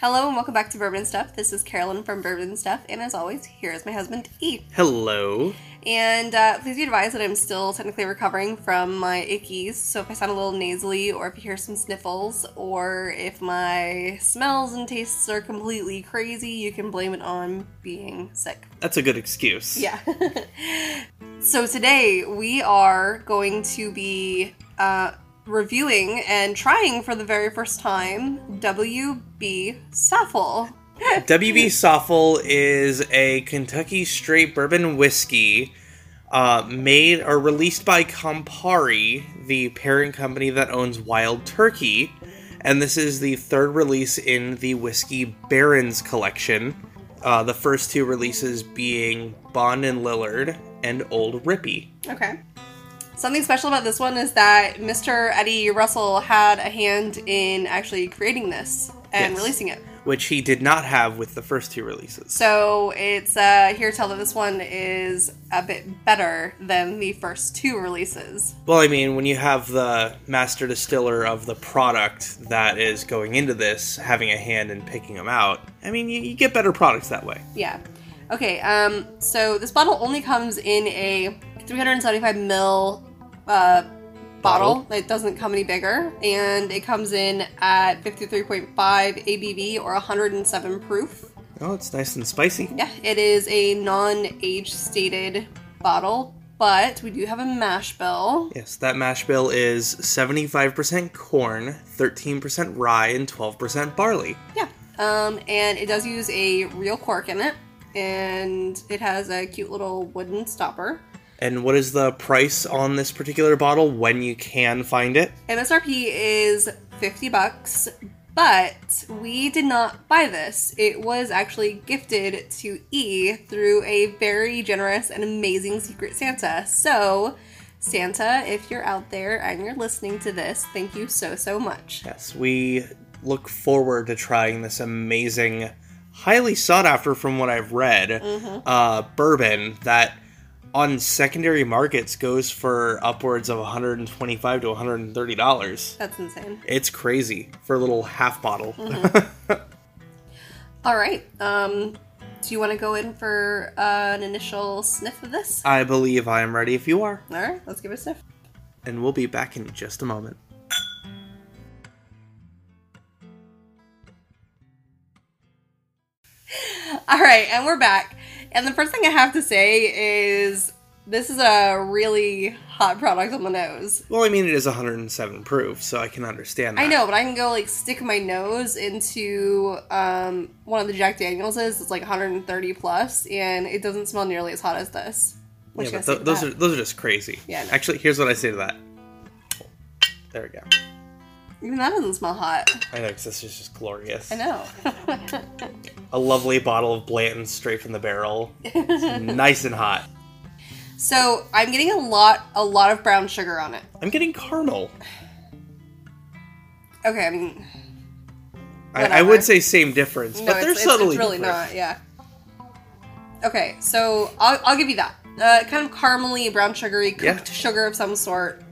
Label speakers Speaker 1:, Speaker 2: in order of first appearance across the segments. Speaker 1: Hello and welcome back to Bourbon and Stuff. This is Carolyn from Bourbon and Stuff, and as always, here is my husband E.
Speaker 2: Hello.
Speaker 1: And uh, please be advised that I'm still technically recovering from my ickies, so if I sound a little nasally, or if you hear some sniffles, or if my smells and tastes are completely crazy, you can blame it on being sick.
Speaker 2: That's a good excuse.
Speaker 1: Yeah. so today we are going to be uh, reviewing and trying for the very first time W.B. Saffel.
Speaker 2: WB Soffel is a Kentucky straight bourbon whiskey uh, made or released by Campari, the parent company that owns Wild Turkey. And this is the third release in the Whiskey Barons collection. Uh, the first two releases being Bond and Lillard and Old Rippy.
Speaker 1: Okay. Something special about this one is that Mr. Eddie Russell had a hand in actually creating this and
Speaker 2: Yes.
Speaker 1: releasing it.
Speaker 2: which he did not have with the first two releases.
Speaker 1: So it's uh, here to tell that this one is a bit better than the first two releases.
Speaker 2: Well, I mean, when you have the master distiller of the product that is going into this having a hand in picking them out, I mean, you, you get better products that way.
Speaker 1: Yeah. Okay. Um. So this bottle only comes in a 375 mil uh, bottle.
Speaker 2: Bottle.
Speaker 1: It doesn't come any bigger, and it comes in at 53.5 ABV or 107 proof.
Speaker 2: Oh, it's nice and spicy.
Speaker 1: Yeah, it is a non-age stated bottle, but we do have a mash bill.
Speaker 2: Yes, that mash bill is 75% corn, 13% rye, and 12% barley.
Speaker 1: Yeah. Um, and it does use a real cork in it, and it has a cute little wooden stopper.
Speaker 2: And what is the price on this particular bottle when you can find it?
Speaker 1: MSRP is 50 bucks, but we did not buy this. It was actually gifted to E through a very generous and amazing Secret Santa. So, Santa, if you're out there and you're listening to this, thank you so, so much.
Speaker 2: Yes, we look forward to trying this amazing, highly sought after, from what I've read,
Speaker 1: Mm-hmm.
Speaker 2: uh, bourbon that on secondary markets goes for upwards of 125 to 130 dollars.
Speaker 1: That's insane.
Speaker 2: It's crazy for a little half bottle.
Speaker 1: Mm-hmm. All right. Um, do you want to go in for uh, an initial sniff of this?
Speaker 2: I believe I am ready if you are,
Speaker 1: All right, let's give it a sniff.
Speaker 2: and we'll be back in just a moment.
Speaker 1: All right, and we're back. And the first thing I have to say is this is a really hot product on the nose.
Speaker 2: Well, I mean, it is 107 proof, so I can understand that.
Speaker 1: I know, but I can go like stick my nose into um, one of the Jack Danielses. It's like 130 plus, and it doesn't smell nearly as hot as this. What
Speaker 2: Yeah,
Speaker 1: you
Speaker 2: but
Speaker 1: gonna say to
Speaker 2: th- those
Speaker 1: that?
Speaker 2: are those are just crazy.
Speaker 1: Yeah, I know.
Speaker 2: Actually, here's what I say to that. There we go.
Speaker 1: Even that doesn't smell hot.
Speaker 2: I know, 'cause this is just glorious.
Speaker 1: I know.
Speaker 2: a lovely bottle of Blanton straight from the barrel. It's nice and hot.
Speaker 1: so I'm getting a lot, a lot of brown sugar on it.
Speaker 2: I'm getting caramel.
Speaker 1: Okay, I mean,
Speaker 2: I, I
Speaker 1: Whatever.
Speaker 2: would say same difference,
Speaker 1: no,
Speaker 2: but
Speaker 1: it's,
Speaker 2: they're
Speaker 1: it's-
Speaker 2: subtly
Speaker 1: it's really
Speaker 2: different.
Speaker 1: not. Yeah. Okay, so I'll, I'll give you that. Uh, kind of caramelly, brown sugary, cooked
Speaker 2: Yeah.
Speaker 1: sugar of some sort.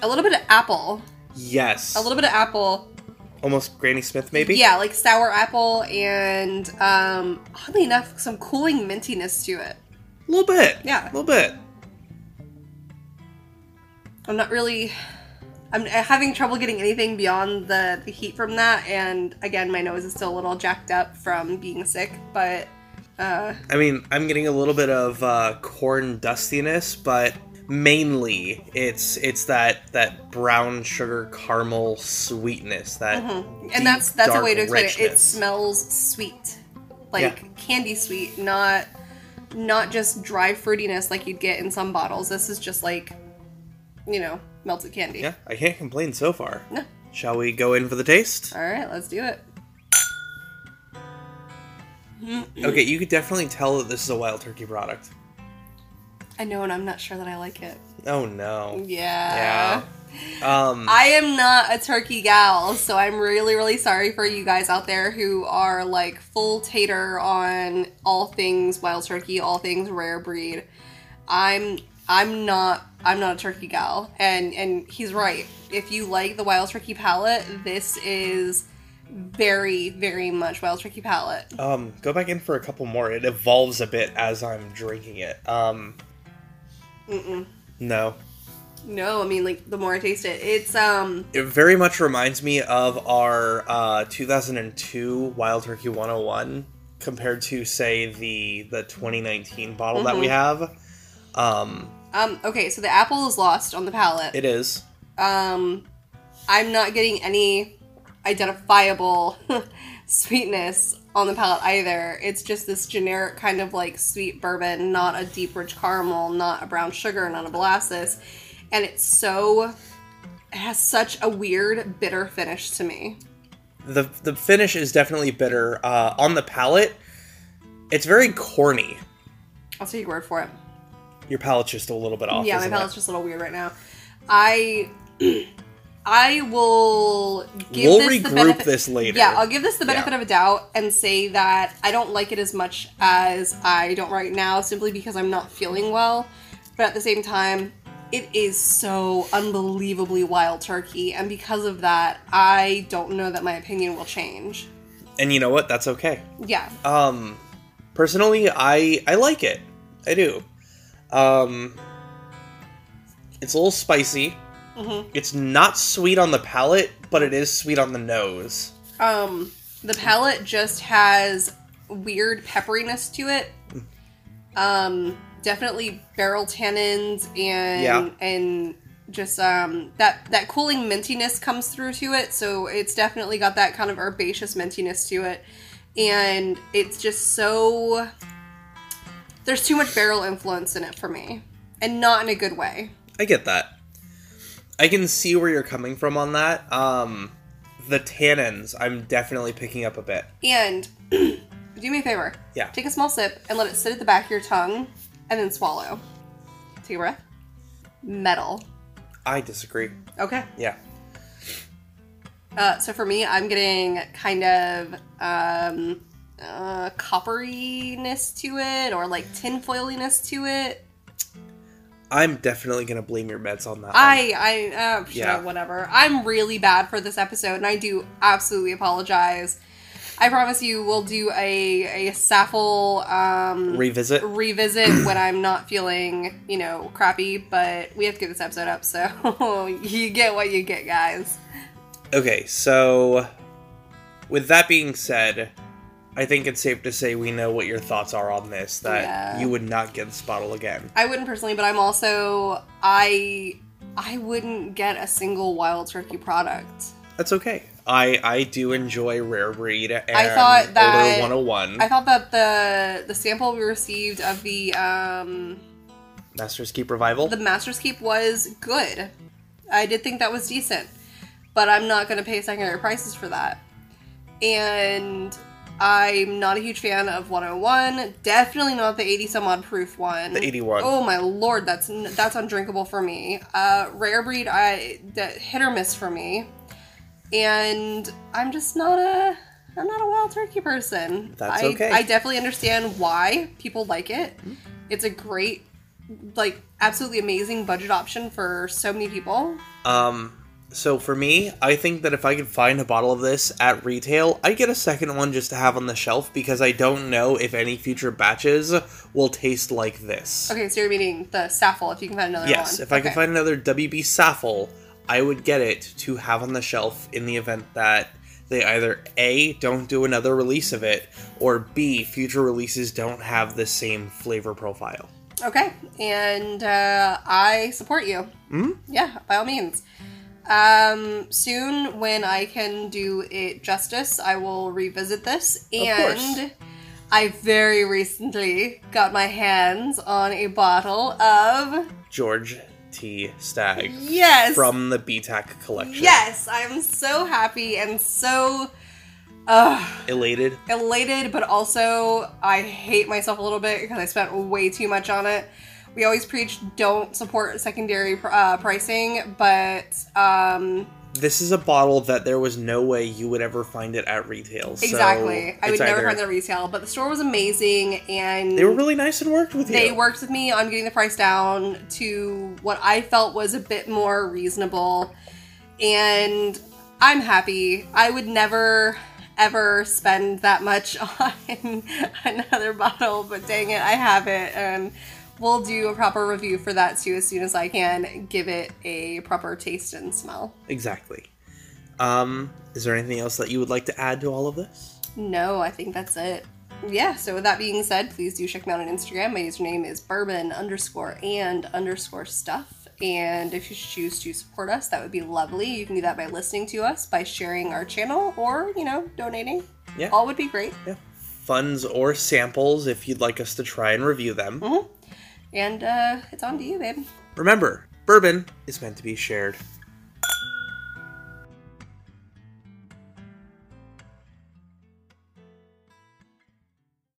Speaker 1: A little bit of apple.
Speaker 2: Yes.
Speaker 1: A little bit of apple.
Speaker 2: Almost Granny Smith, maybe?
Speaker 1: Yeah, like sour apple and um, oddly enough, some cooling mintiness to it.
Speaker 2: A little bit.
Speaker 1: Yeah.
Speaker 2: A little bit.
Speaker 1: I'm not really. I'm having trouble getting anything beyond the, the heat from that, and again, my nose is still a little jacked up from being sick, but uh,
Speaker 2: I mean, I'm getting a little bit of uh, corn dustiness, but mainly it's it's that that brown sugar caramel sweetness that deep,
Speaker 1: Mm-hmm. and that's that's a
Speaker 2: dark
Speaker 1: way to explain it. It
Speaker 2: richness.
Speaker 1: smells sweet, like
Speaker 2: Yeah.
Speaker 1: candy sweet, not not just dry fruitiness like you'd get in some bottles. This is just like, you know, melted candy.
Speaker 2: Yeah, I can't complain so far.
Speaker 1: No.
Speaker 2: Shall we go in for the taste?
Speaker 1: All right, let's do it.
Speaker 2: Okay, you could definitely tell that this is a wild turkey product.
Speaker 1: I know, and I'm not sure that I like it.
Speaker 2: Oh no.
Speaker 1: Yeah.
Speaker 2: Yeah. Um,
Speaker 1: I am not a turkey gal, so I'm really, really sorry for you guys out there who are like full tater on all things wild turkey, all things rare breed. I'm I'm not I'm not a turkey gal, and and he's right. If you like the wild turkey palette, this is very, very much Wild Turkey palate.
Speaker 2: Um, go back in for a couple more. It evolves a bit as I'm drinking it. Um,
Speaker 1: Mm-mm.
Speaker 2: no,
Speaker 1: No, I mean like the more I taste it, it's um
Speaker 2: it very much reminds me of our uh, 2002 Wild Turkey 101 compared to say the the 2019 bottle that we have. Um,
Speaker 1: um okay. So the apple is lost on the palate.
Speaker 2: it is
Speaker 1: um i'm not getting any identifiable sweetness on the palate either it's just this generic kind of like sweet bourbon not a deep rich caramel not a brown sugar not a molasses and it's so it has such a weird bitter finish to me
Speaker 2: the the finish is definitely bitter uh, on the palate. It's very corny.
Speaker 1: i'll take your word for it
Speaker 2: Your palate's just a little bit off.
Speaker 1: yeah my
Speaker 2: isn't
Speaker 1: palate's
Speaker 2: it?
Speaker 1: just a little weird right now i i will give
Speaker 2: We'll
Speaker 1: this the
Speaker 2: regroup
Speaker 1: benefit-
Speaker 2: this later.
Speaker 1: Yeah, I'll give this the benefit
Speaker 2: Yeah.
Speaker 1: of a doubt and say that I don't like it as much as I don't right now simply because I'm not feeling well. But at the same time, it is so unbelievably wild turkey, and because of that, I don't know that my opinion will change.
Speaker 2: and you know what? That's okay.
Speaker 1: Yeah.
Speaker 2: Um, personally, I I like it. I do. Um, it's a little spicy.
Speaker 1: Mhm.
Speaker 2: It's not sweet on the palate, but it is sweet on the nose.
Speaker 1: Um, the palate just has weird pepperiness to it. Um, definitely barrel tannins and
Speaker 2: Yeah.
Speaker 1: and just um that that cooling mintiness comes through to it. So it's definitely got that kind of herbaceous mintiness to it, and it's just so there's too much barrel influence in it for me, and not in a good way.
Speaker 2: I get that. I can see where you're coming from on that. Um, the tannins, I'm definitely picking up a bit.
Speaker 1: And do me a favor.
Speaker 2: Yeah.
Speaker 1: Take a small sip and let it sit at the back of your tongue and then swallow. Take a breath. Metal.
Speaker 2: I disagree.
Speaker 1: Okay.
Speaker 2: Yeah.
Speaker 1: Uh, so for me, I'm getting kind of um, uh, copperiness to it or like tinfoiliness to it.
Speaker 2: I'm definitely gonna blame your meds on that. one.
Speaker 1: I, I, uh, sure,
Speaker 2: Um, Yeah.
Speaker 1: whatever. I'm really bad for this episode, and I do absolutely apologize. I promise you, we'll do a a Saffle um,
Speaker 2: revisit.
Speaker 1: revisit when I'm not feeling, you know, crappy, but we have to get this episode up, so you get what you get, guys.
Speaker 2: Okay, so with that being said, I think it's safe to say we know what your thoughts are on this. That
Speaker 1: Yeah.
Speaker 2: you would not get this bottle again.
Speaker 1: I wouldn't personally, but I'm also I I wouldn't get a single wild turkey product.
Speaker 2: That's okay. I I do enjoy rare breed and
Speaker 1: I thought that-
Speaker 2: older 101
Speaker 1: I thought that the the sample we received of the um
Speaker 2: Masters Keep Revival.
Speaker 1: the Master's Keep was good. I did think that was decent, but I'm not going to pay secondary prices for that. And I'm not a huge fan of 101. Definitely not the 80 some odd proof one.
Speaker 2: The 81.
Speaker 1: Oh my lord, that's n- that's undrinkable for me. Uh, rare breed, I that hit or miss for me. And I'm just not a I'm not a wild turkey person.
Speaker 2: That's
Speaker 1: I,
Speaker 2: okay. Mm-hmm.
Speaker 1: I definitely understand why people like it. It's a great like absolutely amazing budget option for so many people.
Speaker 2: Um, so for me, I think that if I could find a bottle of this at retail, I'd get a second one just to have on the shelf because I don't know if any future batches will taste like this.
Speaker 1: Okay, so you're meaning the Saffle if you can find another one.
Speaker 2: Yes, if I could
Speaker 1: Okay.
Speaker 2: find another WB Saffle, I would get it to have on the shelf in the event that they either A, don't do another release of it, or B, future releases don't have the same flavor profile.
Speaker 1: Okay, and uh, I support you.
Speaker 2: Mm-hmm.
Speaker 1: Mm? Yeah, by all means. Um, soon, when I can do it justice, I will revisit this.
Speaker 2: course.
Speaker 1: And I very recently got my hands on a bottle of
Speaker 2: George T. Stagg
Speaker 1: yes,
Speaker 2: from the BTAC collection.
Speaker 1: yes. I'm so happy and so. Uh,
Speaker 2: Elated.
Speaker 1: elated, but also I hate myself a little bit because I spent way too much on it. We always preach don't support secondary pr- uh, pricing, but um,
Speaker 2: This is a bottle that there was no way you would ever find it at retail. So
Speaker 1: exactly. I would
Speaker 2: it's
Speaker 1: never
Speaker 2: either-
Speaker 1: find the retail, but the store was amazing and
Speaker 2: They were really nice and worked with you.
Speaker 1: they worked with me on getting the price down to what I felt was a bit more reasonable. And I'm happy. I would never ever spend that much on another bottle, but dang it, I have it. And we'll do a proper review for that too as soon as I can give it a proper taste and smell.
Speaker 2: Exactly. Um, is there anything else that you would like to add to all of this?
Speaker 1: No, I think that's it. Yeah, so with that being said, please do check me out on Instagram. My username is bourbon underscore and underscore stuff. And if you choose to support us, that would be lovely. You can do that by listening to us, by sharing our channel, or, you know, donating.
Speaker 2: Yeah.
Speaker 1: All would be great.
Speaker 2: Yeah. Funds or samples if you'd like us to try and review them.
Speaker 1: And uh, it's on to you, babe.
Speaker 2: Remember, bourbon is meant to be shared.